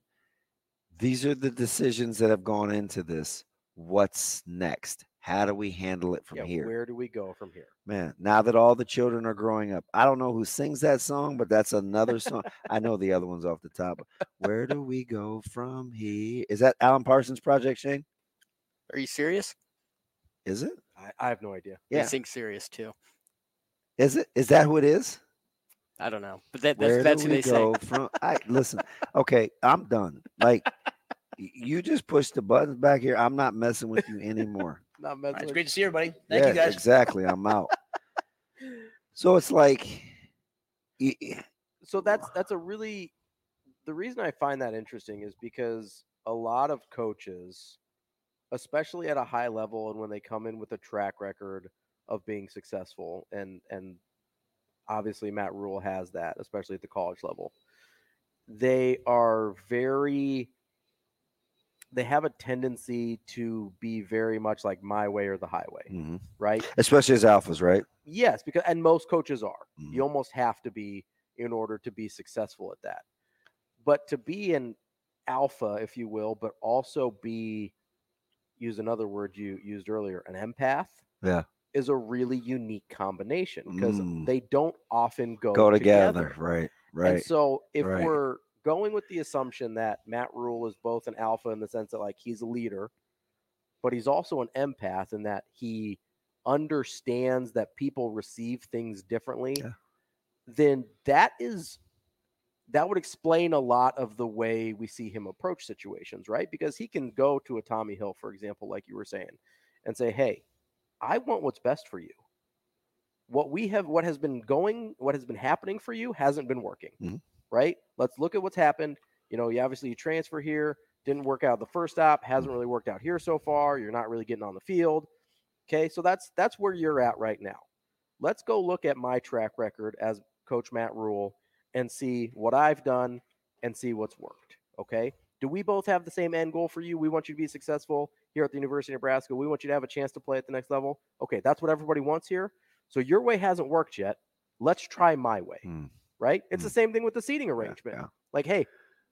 B: these are the decisions that have gone into this. What's next? How do we handle it from
A: yeah.
B: here?
A: Where do we go from here?
B: Man, now that all the children are growing up, I don't know who sings that song, but that's another song. I know the other one's off the top. Where do we go from here? Is that Alan Parsons Project, Shane?
D: Are you serious?
B: Is it?
A: I, I have no idea.
D: Yeah.
B: Yeah.
D: They sing serious too.
B: Is it? Is that who it is?
D: I don't know, but that,
B: Where
D: that's,
B: do
D: that's who
B: we
D: they
B: go
D: say.
B: From, I listen. Okay, I'm done. Like y- you just push the buttons back here. I'm not messing with you anymore.
A: Not
C: All right,
A: mentally.
C: it's great to see everybody. Thank you
B: Yeah,
C: guys.
B: Exactly. I'm out. so it's like, y- y-
A: so that's that's a really the reason I find that interesting is because a lot of coaches, especially at a high level, and when they come in with a track record of being successful, and and obviously Matt Rule has that, especially at the college level, they are very they have a tendency to be very much like my way or the highway,
B: mhm.
A: right?
B: especially as alphas, right?
A: Yes, because and most coaches are.
B: Mhm.
A: You almost have to be in order to be successful at that. But to be an alpha, if you will, but also be use another word you used earlier, an empath.
B: Yeah.
A: Is a really unique combination because
B: Mm.
A: they don't often go,
B: Go together. Right.
A: and
B: Right.
A: so if
B: right.
A: we're going with the assumption that Matt Rule is both an alpha in the sense that like he's a leader, but he's also an empath in that he understands that people receive things differently,
B: Yeah.
A: then that is that would explain a lot of the way we see him approach situations, right? Because he can go to a Tommy Hill, for example, like you were saying, and say, Hey, I want what's best for you. What we have, what has been going, what has been happening for you hasn't been working,
B: Mhm.
A: right? Let's look at what's happened. You know, you obviously you transfer here, didn't work out the first stop, hasn't really worked out here so far. You're not really getting on the field. Okay, so that's that's where you're at right now. Let's go look at my track record as Coach Matt Rule and see what I've done and see what's worked. Okay. Do we both have the same end goal for you? We want you to be successful here at the University of Nebraska. We want you to have a chance to play at the next level. Okay, that's what everybody wants here. So your way hasn't worked yet. Let's try my way.
B: Mm.
A: Right? It's
B: Mm.
A: the same thing with the seating
B: Yeah,
A: arrangement.
B: yeah.
A: Like, hey,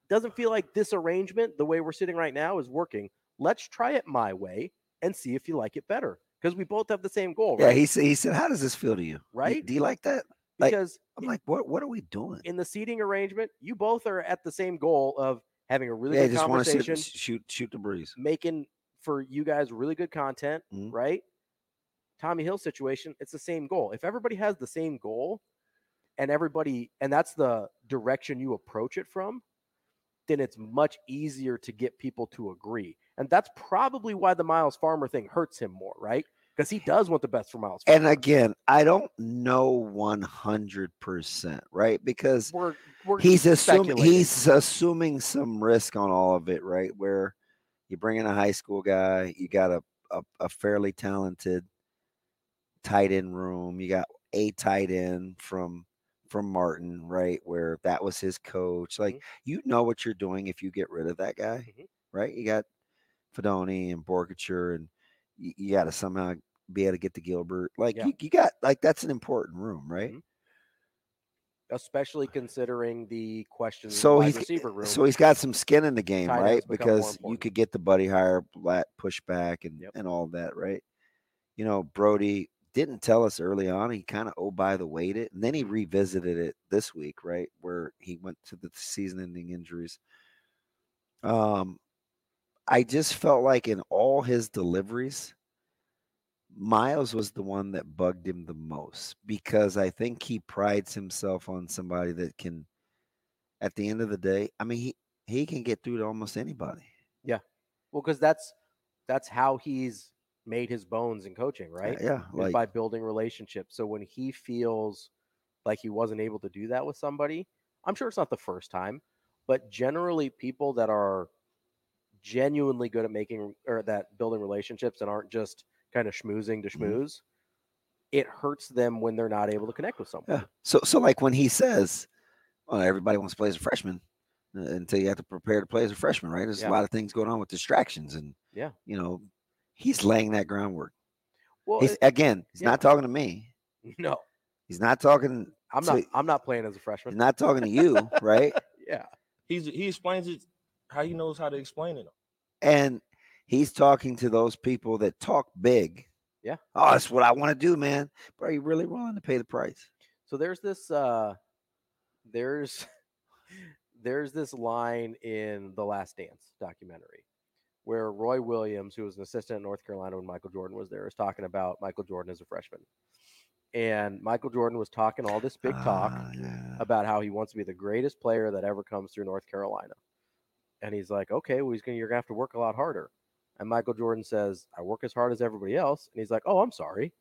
A: doesn't feel like this arrangement, the way we're sitting right now, is working. Let's try it my way and see if you like it better. Because we both have the same goal,
B: Yeah.
A: right?
B: He said. He said, "How does this feel to you? Y-
A: Right?
B: Do you like that?" like-
A: because
B: I'm like, "What? What are we doing?"
A: in the seating arrangement, you both are at the same goal of having a really
B: yeah, I
A: good
B: just want to
A: conversation,
B: shoot, shoot shoot the breeze.
A: making for you guys really good content,
B: Mhm.
A: right? Tommy Hill situation, it's the same goal. If everybody has the same goal and everybody and that's the direction you approach it from, then it's much easier to get people to agree. And that's probably why the Miles Farmer thing hurts him more, right? Because he does want the best for Miles Farmer.
B: And again, I don't know 100 percent, right? Because
A: we're, we're
B: he's assuming
A: speculating.
B: he's assuming some risk on all of it, right? Where you bring in a high school guy, you got a a, a fairly talented tight end room, you got a tight end from from Martin, right? Where that was his coach. Like
A: Mhm.
B: you know what you're doing if you get rid of that guy,
A: Mhm.
B: right? You got Fedoni and Borgature, and you, you got to somehow be able to get to Gilbert. Like
A: Yeah.
B: you, you got like that's an important room, right?
A: Mhm. especially considering the questions.
B: So
A: So wide
B: he's-
A: receiver room.
B: So he's got some skin in the game,
A: Tight
B: right?
A: ends become more
B: Because you
A: important.
B: could get the buddy hire, flat pushback, and
A: Yep.
B: and all that, right? You know, Brody didn't tell us early on. He kind of oh by the way it, and then he revisited it this week, right? Where he went to the season-ending injuries. Um, I just felt like in all his deliveries, Miles was the one that bugged him the most because I think he prides himself on somebody that can, at the end of the day, I mean, he, he can get through to almost anybody.
A: well, because that's that's how he's made his bones in coaching,
B: Yeah,
A: right?
B: Yeah.
A: Is by building relationships. So when he feels like he wasn't able to do that with somebody, I'm sure it's not the first time, but generally people that are genuinely good at making or that building relationships and aren't just kind of schmoozing to
B: Mhm.
A: schmooze, it hurts them when they're not able to connect with someone.
B: Yeah. So so like when he says, "Well, everybody wants to play as a freshman uh, until you have to prepare to play as a freshman," right? There's
A: Yeah.
B: a lot of things going on with distractions, and
A: Yeah.
B: you know, he's laying that groundwork.
A: Well,
B: He's again, he's
A: yeah.
B: not talking to me.
A: it- no,
B: He's not talking.
A: I'm
B: So-
A: not. I'm not playing as a
B: He's
A: freshman.
B: not talking to you, right?
A: Yeah.
E: He's he explains it how he knows how to explain it.
B: And he's talking to those people that talk big.
A: Yeah.
B: Oh, that's what I want to do, man. But are you really willing to pay the price?
A: So there's this uh there's there's this line in the Last Dance documentary where Roy Williams, who was an assistant in North Carolina when Michael Jordan was there, is talking about Michael Jordan as a freshman. and Michael Jordan was talking all this big talk
B: Ah, yeah.
A: about how he wants to be the greatest player that ever comes through North Carolina. And he's like, okay, well, he's gonna, you're going to have to work a lot harder. And Michael Jordan says, I work as hard as everybody else. And he's like, oh, I'm sorry.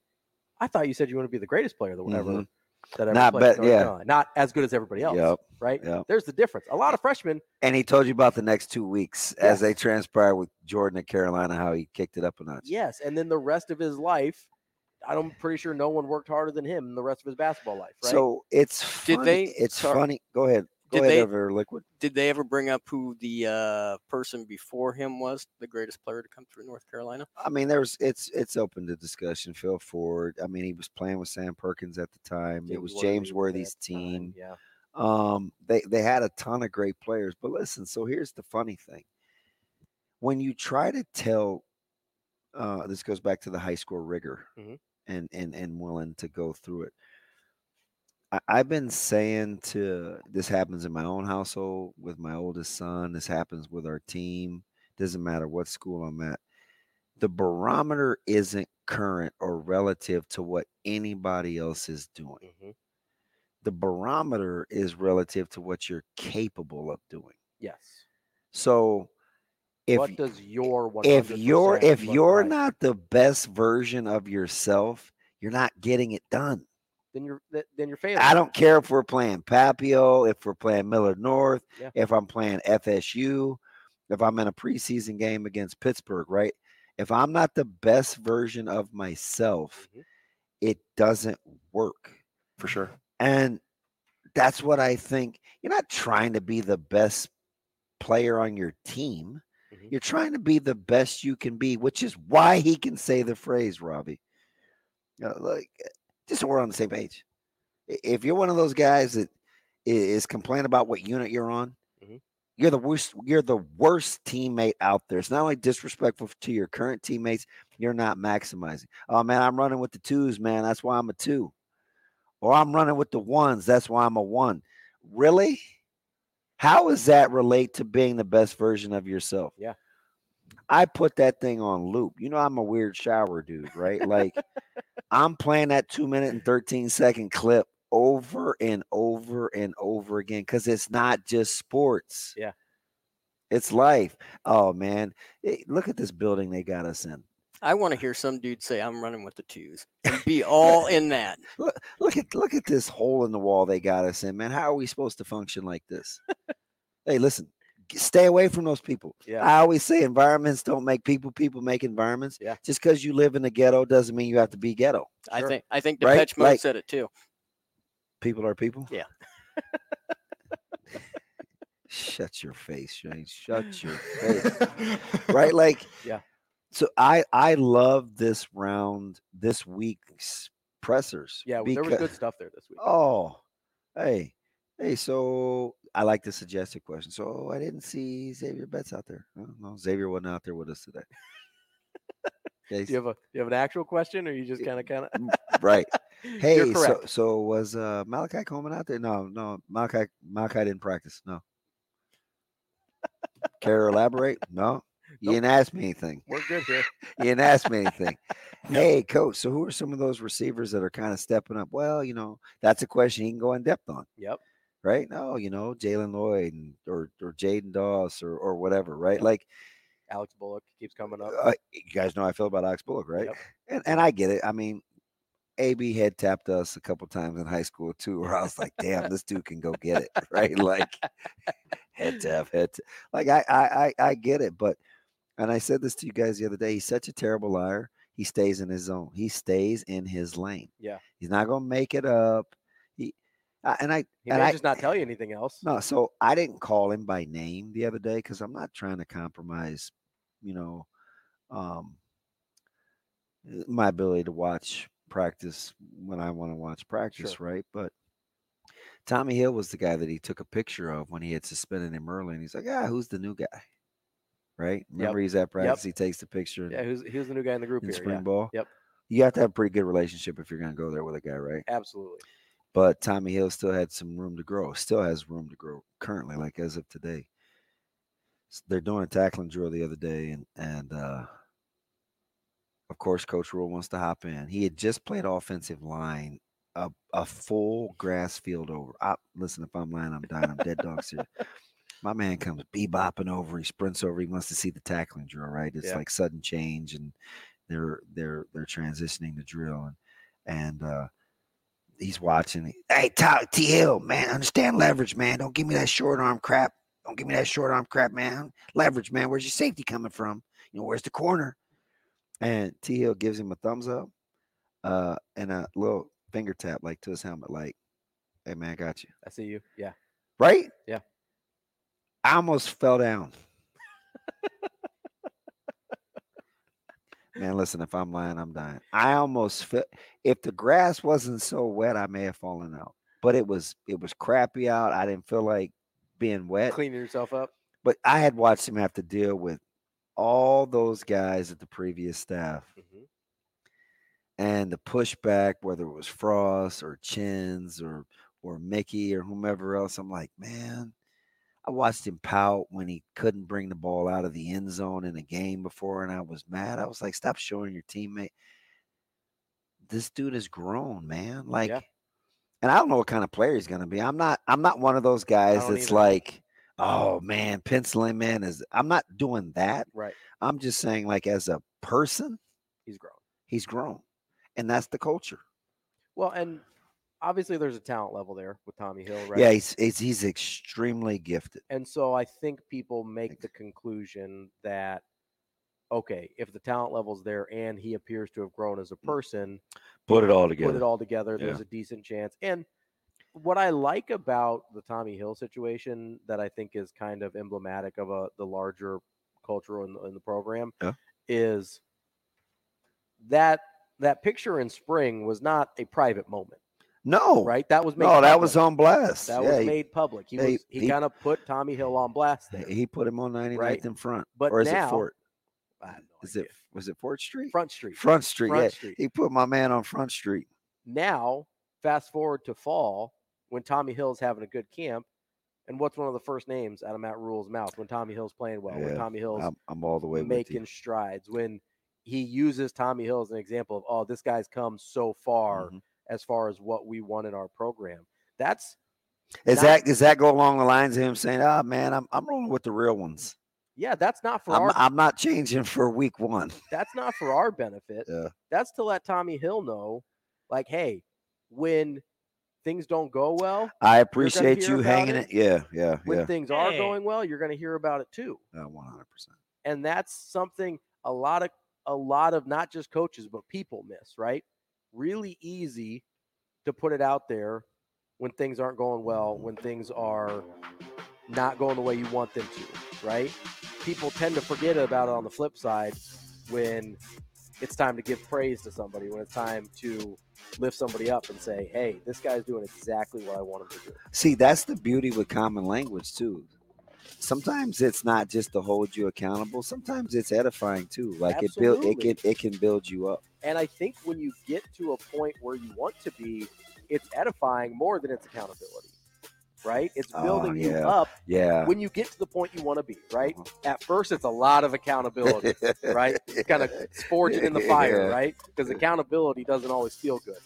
A: I thought you said you want to be the greatest player that ever
B: Mhm.
A: that ever
B: Not
A: played at
B: bet-
A: North
B: yeah.
A: Carolina. Not as good as everybody else,
B: Yep,
A: right?
B: yep.
A: There's the difference. A lot of freshmen,
B: And he told you about the next two weeks as they transpired with Jordan at Carolina, how he kicked it up a notch.
A: yes, and then the rest of his life, I'm pretty sure no one worked harder than him in the rest of his basketball life, right?
B: So it's funny.
D: Did they-
B: it's
D: sorry.
B: funny. Go ahead. Go
D: Did
B: ahead,
D: they-
B: Ever Liquid.
D: Did they ever bring up who the uh, person before him was, the greatest player to come through North Carolina?
B: I mean, there's it's it's open to discussion. Phil Ford. I mean, he was playing with Sam Perkins at the time. it was
A: Worthy
B: James
A: at
B: Worthy's
A: that time,
B: team.
A: Yeah.
B: Um, they they had a ton of great players, but listen. So here's the funny thing: when you try to tell, uh, this goes back to the high school rigor
A: Mhm.
B: and and and willing to go through it. I, I've been saying to this happens in my own household with my oldest son. This happens with our team. Doesn't matter what school I'm at. The barometer isn't current or relative to what anybody else is doing
A: hmm
B: the barometer is relative to what you're capable of doing.
A: Yes.
B: So if
A: what does your 100%
B: if you're if
A: look
B: you're
A: like?
B: not the best version of yourself, you're not getting it done.
A: then you're th- then you're failing.
B: I don't care if we're playing Papio, if we're playing Miller North,
A: Yeah.
B: if I'm playing FSU, if I'm in a preseason game against Pittsburgh, right? If I'm not the best version of myself,
A: Mhm.
B: it doesn't work.
C: for sure.
B: And that's what I think. You're not trying to be the best player on your team.
A: Mhm.
B: You're trying to be the best you can be, which is why he can say the phrase, Robbie. You know, like, uh, just so we're on the same page. I- If you're one of those guys that i- is complaining about what unit you're on,
A: Mhm.
B: you're the worst. You're the worst teammate out there. It's not only disrespectful to your current teammates. You're not maximizing. Oh man, I'm running with the twos, man. That's why I'm a two or I'm running with the ones. That's why I'm a one. Really? How does that relate to being the best version of yourself?
A: Yeah.
B: I put that thing on loop. You know, I'm a weird shower dude, right? Like, I'm playing that two minute and 13 second clip over and over and over again because it's not just sports.
A: Yeah.
B: It's life. Oh, man. Eh, look at this building they got us in.
D: I want to hear some dude say, I'm running with the twos and be all in that.
B: Look at look at this hole in the wall they got us in, man. How are we supposed to function like this? hey, listen, g- stay away from those people.
A: Yeah.
B: I always say environments don't make people, people make environments.
A: Yeah.
B: Just because you live in the ghetto doesn't mean you have to be ghetto.
D: I
A: Sure.
D: think I think
B: Right?
D: Depeche Mode
B: Like-
D: said it too.
B: People are people.
D: Yeah.
B: Shut your face, Shane. Shut your face. right? Like,
A: Yeah.
B: So I I love this round, this week's pressers.
A: Yeah, there was
B: becau-
A: good stuff there this week.
B: Oh, hey, hey. So I like to suggest a question. So I didn't see Xavier Betts out there. Oh, no, Xavier wasn't out there with us today. Okay,
A: do you have a do you have an actual question, or you just kind
B: Yeah.
A: of kind of?
B: right.
A: you're
B: Hey, so
A: correct.
B: so was uh, Malachi Coleman out there? No, no, Malachi Malachi didn't practice. No. Care to elaborate? No. You
A: Nope.
B: didn't ask me anything.
A: We're good here.
B: You didn't ask me anything. hey, coach. So who are some of those receivers that are kind of stepping up? Well, you know, that's a question he can go in depth on.
A: Yep.
B: right? No, you know, Jalen Lloyd and, or or Jaden Doss or or whatever, right? Like
A: Alex Bullock keeps coming up.
B: uh, you guys know how I feel about Ox Bullock, right?
A: Yep.
B: And and I get it. I mean, AB had tapped us a couple times in high school too, where I was like, damn, this dude can go get it, right? Like head tap, head tap. Like I I I, I get it, but and I said this to you guys the other day. He's such a terrible liar. He stays in his zone. He stays in his lane.
A: Yeah.
B: he's not gonna make it up. He I- and I
A: He
B: and
A: may
B: I-
A: just not tell you anything else.
B: no, so I didn't call him by name the other day because I'm not trying to compromise, you know, um, uh, my ability to watch practice when I want to watch practice, right? But Tommy Hill was the guy that he took a picture of when he had suspended him early, and he's like, "Ah, who's the new guy?" Right? Remember, he's at practice. He takes the picture
A: Yeah, who's who's the new guy in the group
B: in
A: here?
B: spring
A: Yeah,
B: ball.
A: Yep.
B: You have to have a pretty good relationship if you're going to go there with a guy, right?
A: absolutely.
B: but Tommy Hill still had some room to grow. Still has room to grow currently, like as of today. S- They're doing a tackling drill the other day, and and uh, Of course, Coach Rule wants to hop in. He had just played offensive line a, a full grass field over. I, listen, if I'm lying, I'm dying. I'm dead dog serious. My man comes bebopping over. He sprints over. He wants to see the tackling drill, right? It's
A: Yeah.
B: like sudden change, and they're they're they're transitioning the drill, and and uh, he's watching. Hey, Ty- T Hill, man, understand leverage, man. Don't give me that short arm crap. Don't give me that short arm crap, man. Leverage, man. Where's your safety coming from? You know, where's the corner? And T Hill gives him a thumbs up, uh, and a little finger tap, like to his helmet, like, "Hey, man, I got you."
A: I see you. Yeah.
B: Right?
A: Yeah.
B: I almost fell down. Man, listen, if I'm lying, I'm dying. I almost fell. If the grass wasn't so wet, I may have fallen out. But it was it was crappy out. I didn't feel like being wet.
A: Cleaning yourself up.
B: But I had watched him have to deal with all those guys at the previous staff
A: Mhm.
B: and the pushback, whether it was Frost or Chins or or Mickey or whomever else, I'm like, man, I watched him pout when he couldn't bring the ball out of the end zone in a game before, and I was mad. I was like, stop showing your teammate. This dude is grown, man. Like, and I don't know what kind of player he's gonna be. I'm not. I'm not one of those guys
A: don't
B: that's
A: either.
B: like, oh man, penciling man is. I'm not doing that.
A: Right.
B: I'm just saying, like, as a person,
A: He's grown.
B: he's grown, and that's the culture.
A: Well, and obviously there's a talent level there with Tommy Hill, right?
B: Yeah, he's, he's he's extremely gifted.
A: And so I think people make the conclusion that okay, if the talent level's there and he appears to have grown
B: Mm,
A: as a person,
B: Put it all
A: put it all together, there's a decent chance. And what I like about the Tommy Hill situation that I think is kind of emblematic of a the larger culture in, the- in the program
B: Yeah.
A: is that that picture in spring was not a private moment,
B: No, right?
A: right? That was made
B: No, that was
A: public.
B: on blast.
A: that
B: yeah,
A: was
B: he-
A: made public. He
B: yeah, he-
A: was he,
B: he-
A: kind of put Tommy Hill on blast there.
B: he, he put him on 99th
A: Right.
B: in front.
A: But
B: or is
A: now-
B: it Fort?
A: I have no
B: Is it
A: idea.
B: was it Fort Street?
A: Front Street?
B: Front Street.
A: Front
B: yeah,
A: Street.
B: he put my man on Front Street.
A: Now, fast forward to fall when Tommy Hill's having a good camp. And what's one of the first names out of Matt Rule's mouth when Tommy Hill's playing well, when
B: Yeah,
A: Tommy Hill's
B: I'm, I'm all the way with you.
A: making strides, when he uses Tommy Hill as an example of, oh, this guy's come so far
B: Mhm.
A: as far as what we want in our program. That's,
B: Is
A: not-
B: that does that go along the lines of him saying, "Ah, man, I'm I'm rolling with the real ones.
A: yeah, that's not for
B: I'm
A: our,
B: I'm not changing for week one."
A: that's not for our benefit.
B: Yeah.
A: That's to let Tommy Hill know, like, hey, when things don't go well,
B: I appreciate
A: hear
B: you
A: about
B: hanging
A: it
B: it. Yeah, yeah,
A: when
B: yeah.
A: things are
E: Hey.
A: going well, you're going to hear about it too.
B: One hundred percent.
A: and that's something a lot of a lot of not just coaches but people miss right really easy to put it out there when things aren't going well when things are not going the way you want them to right people tend to forget about it on the flip side when it's time to give praise to somebody when it's time to lift somebody up and say hey this guy's doing exactly what i want him to do
B: See, that's the beauty with common language too. Sometimes it's not just to hold you accountable. Sometimes it's edifying too. Like it build
A: Absolutely.
B: it can it can build you up.
A: and i think when you get to a point where you want to be it's edifying more than it's accountability right it's
B: Oh,
A: building you
B: yeah. Uh. Uh-huh.
A: up
B: Yeah.
A: when you get to the point you want to be right at first it's a lot of accountability
B: Uh-huh.
A: right it's kind of forging in the fire
B: Yeah.
A: right because accountability doesn't always feel good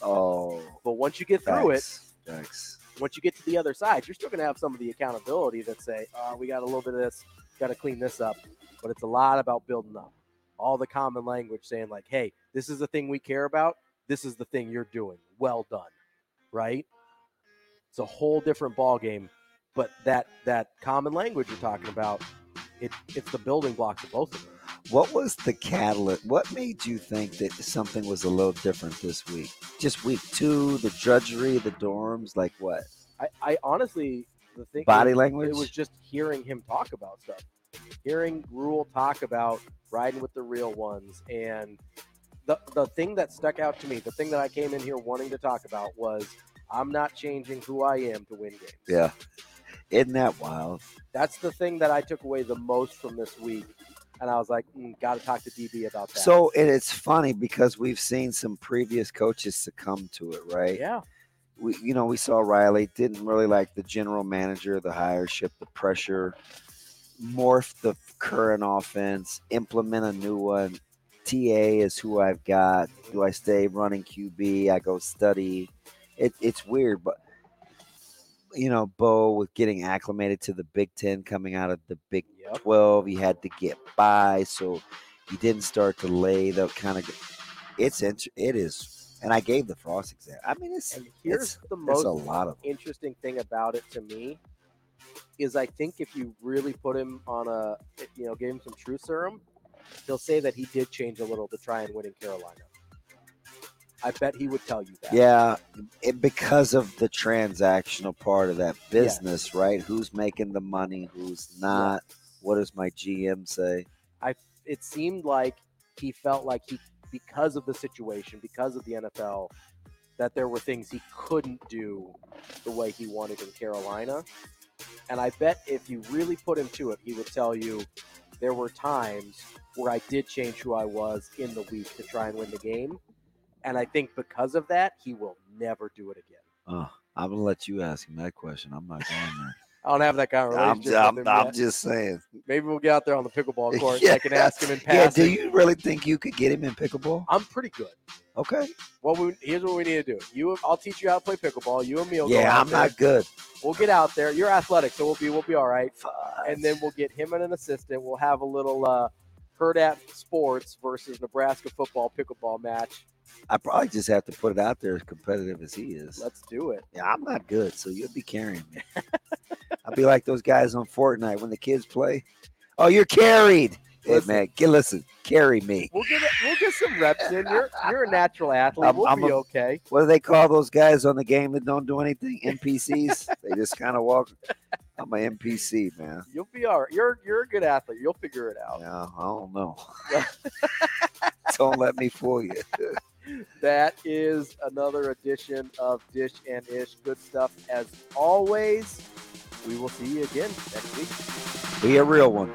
B: Oh,
A: but once you get through
B: facts, facts.
A: it once you get to the other side you're still going to have some of the accountability that say oh we got a little bit of this got to clean this up but it's a lot about building up all the common language saying like hey this is the thing we care about this is the thing you're doing well done right it's a whole different ball game but that that common language you're talking about it, it's the building blocks of both of them
B: What was the catalyst? What made you think that something was a little different this week? Just week two, the drudgery, the dorms, like what?
A: i, I honestly the thing
B: Body
A: is-
B: language.
A: It was just hearing him talk about stuff, hearing Rule talk about riding with the real ones, and the the thing that stuck out to me, the thing that I came in here wanting to talk about was I'm not changing who I am to win games.
B: yeah. Isn't that wild?
A: that's the thing that I took away the most from this week, and I was like, mm, got to talk to DB about that.
B: So and it's funny because we've seen some previous coaches succumb to it, right?
A: yeah,
B: We, you know, we saw Riley didn't really like the general manager, the hireship, the pressure, morph the current offense, implement a new one, TA is who I've got. Do I stay running QB? I go study. It, it's weird, but you know, Bo with getting acclimated to the Big Ten coming out of the Big
A: Yep.
B: 12, you had to get by, so you didn't start to lay the kind of. It's int- it is, and I gave the Frost exam. I mean, it's
A: And here's
B: it's,
A: the most
B: it's a lot of
A: interesting thing about it to me is I think if you really put him on a, you know, gave him some truth serum, he'll say that he did change a little to try and win in Carolina. I bet he would tell you that.
B: Yeah, it, because of the transactional part of that business, right? Who's making the money? Who's not? What does my GM say?
A: It seemed like he felt like he, because of the situation, because of the NFL, that there were things he couldn't do the way he wanted in Carolina. And I bet if you really put him to it, he would tell you there were times where I did change who I was in the week to try and win the game. And I think because of that, he will never do it again.
B: Uh, I'm gonna let you ask him that question. I'm not going there.
A: I don't have that
B: I'm,
A: conversation.
B: ju-
A: with
B: I'm,
A: him
B: I'm
A: yet.
B: just saying.
A: Maybe we'll get out there on the pickleball court. and I can
B: Yeah.
A: ask him in
B: Yeah, do
A: passing.
B: you really think you could get him in pickleball?
A: I'm pretty good.
B: Okay.
A: Well, we, here's what we need to do. You, I'll teach you how to play pickleball. You and me will go.
B: Yeah,
A: out
B: I'm
A: there.
B: not good.
A: We'll get out there. You're athletic, so we'll be we'll be all right. And then
B: Fudge.
A: we'll get him and an assistant. We'll have a little uh, Herd at Sports versus Nebraska football pickleball match.
B: I probably just have to put it out there as competitive as he is.
A: Let's do it.
B: Yeah, I'm not good, so you'll be carrying me. I'll be like those guys on Fortnite when the kids play. Oh, you're carried.
A: Listen.
B: Hey man, get listen, carry me.
A: We'll get it, we'll get some reps in. You're you're a natural athlete.
B: I'm-
A: we'll
B: I'm
A: be
B: a-
A: okay.
B: What do they call those guys on the game that don't do anything? NPCs. they just kind of walk. I'm an NPC, man.
A: You'll be all right. You're you're a good athlete. You'll figure it out.
B: Yeah, I don't know. don't let me fool you.
A: That is another edition of Dish and Ish. Good stuff as always. We will see you again next week.
B: Be a real one.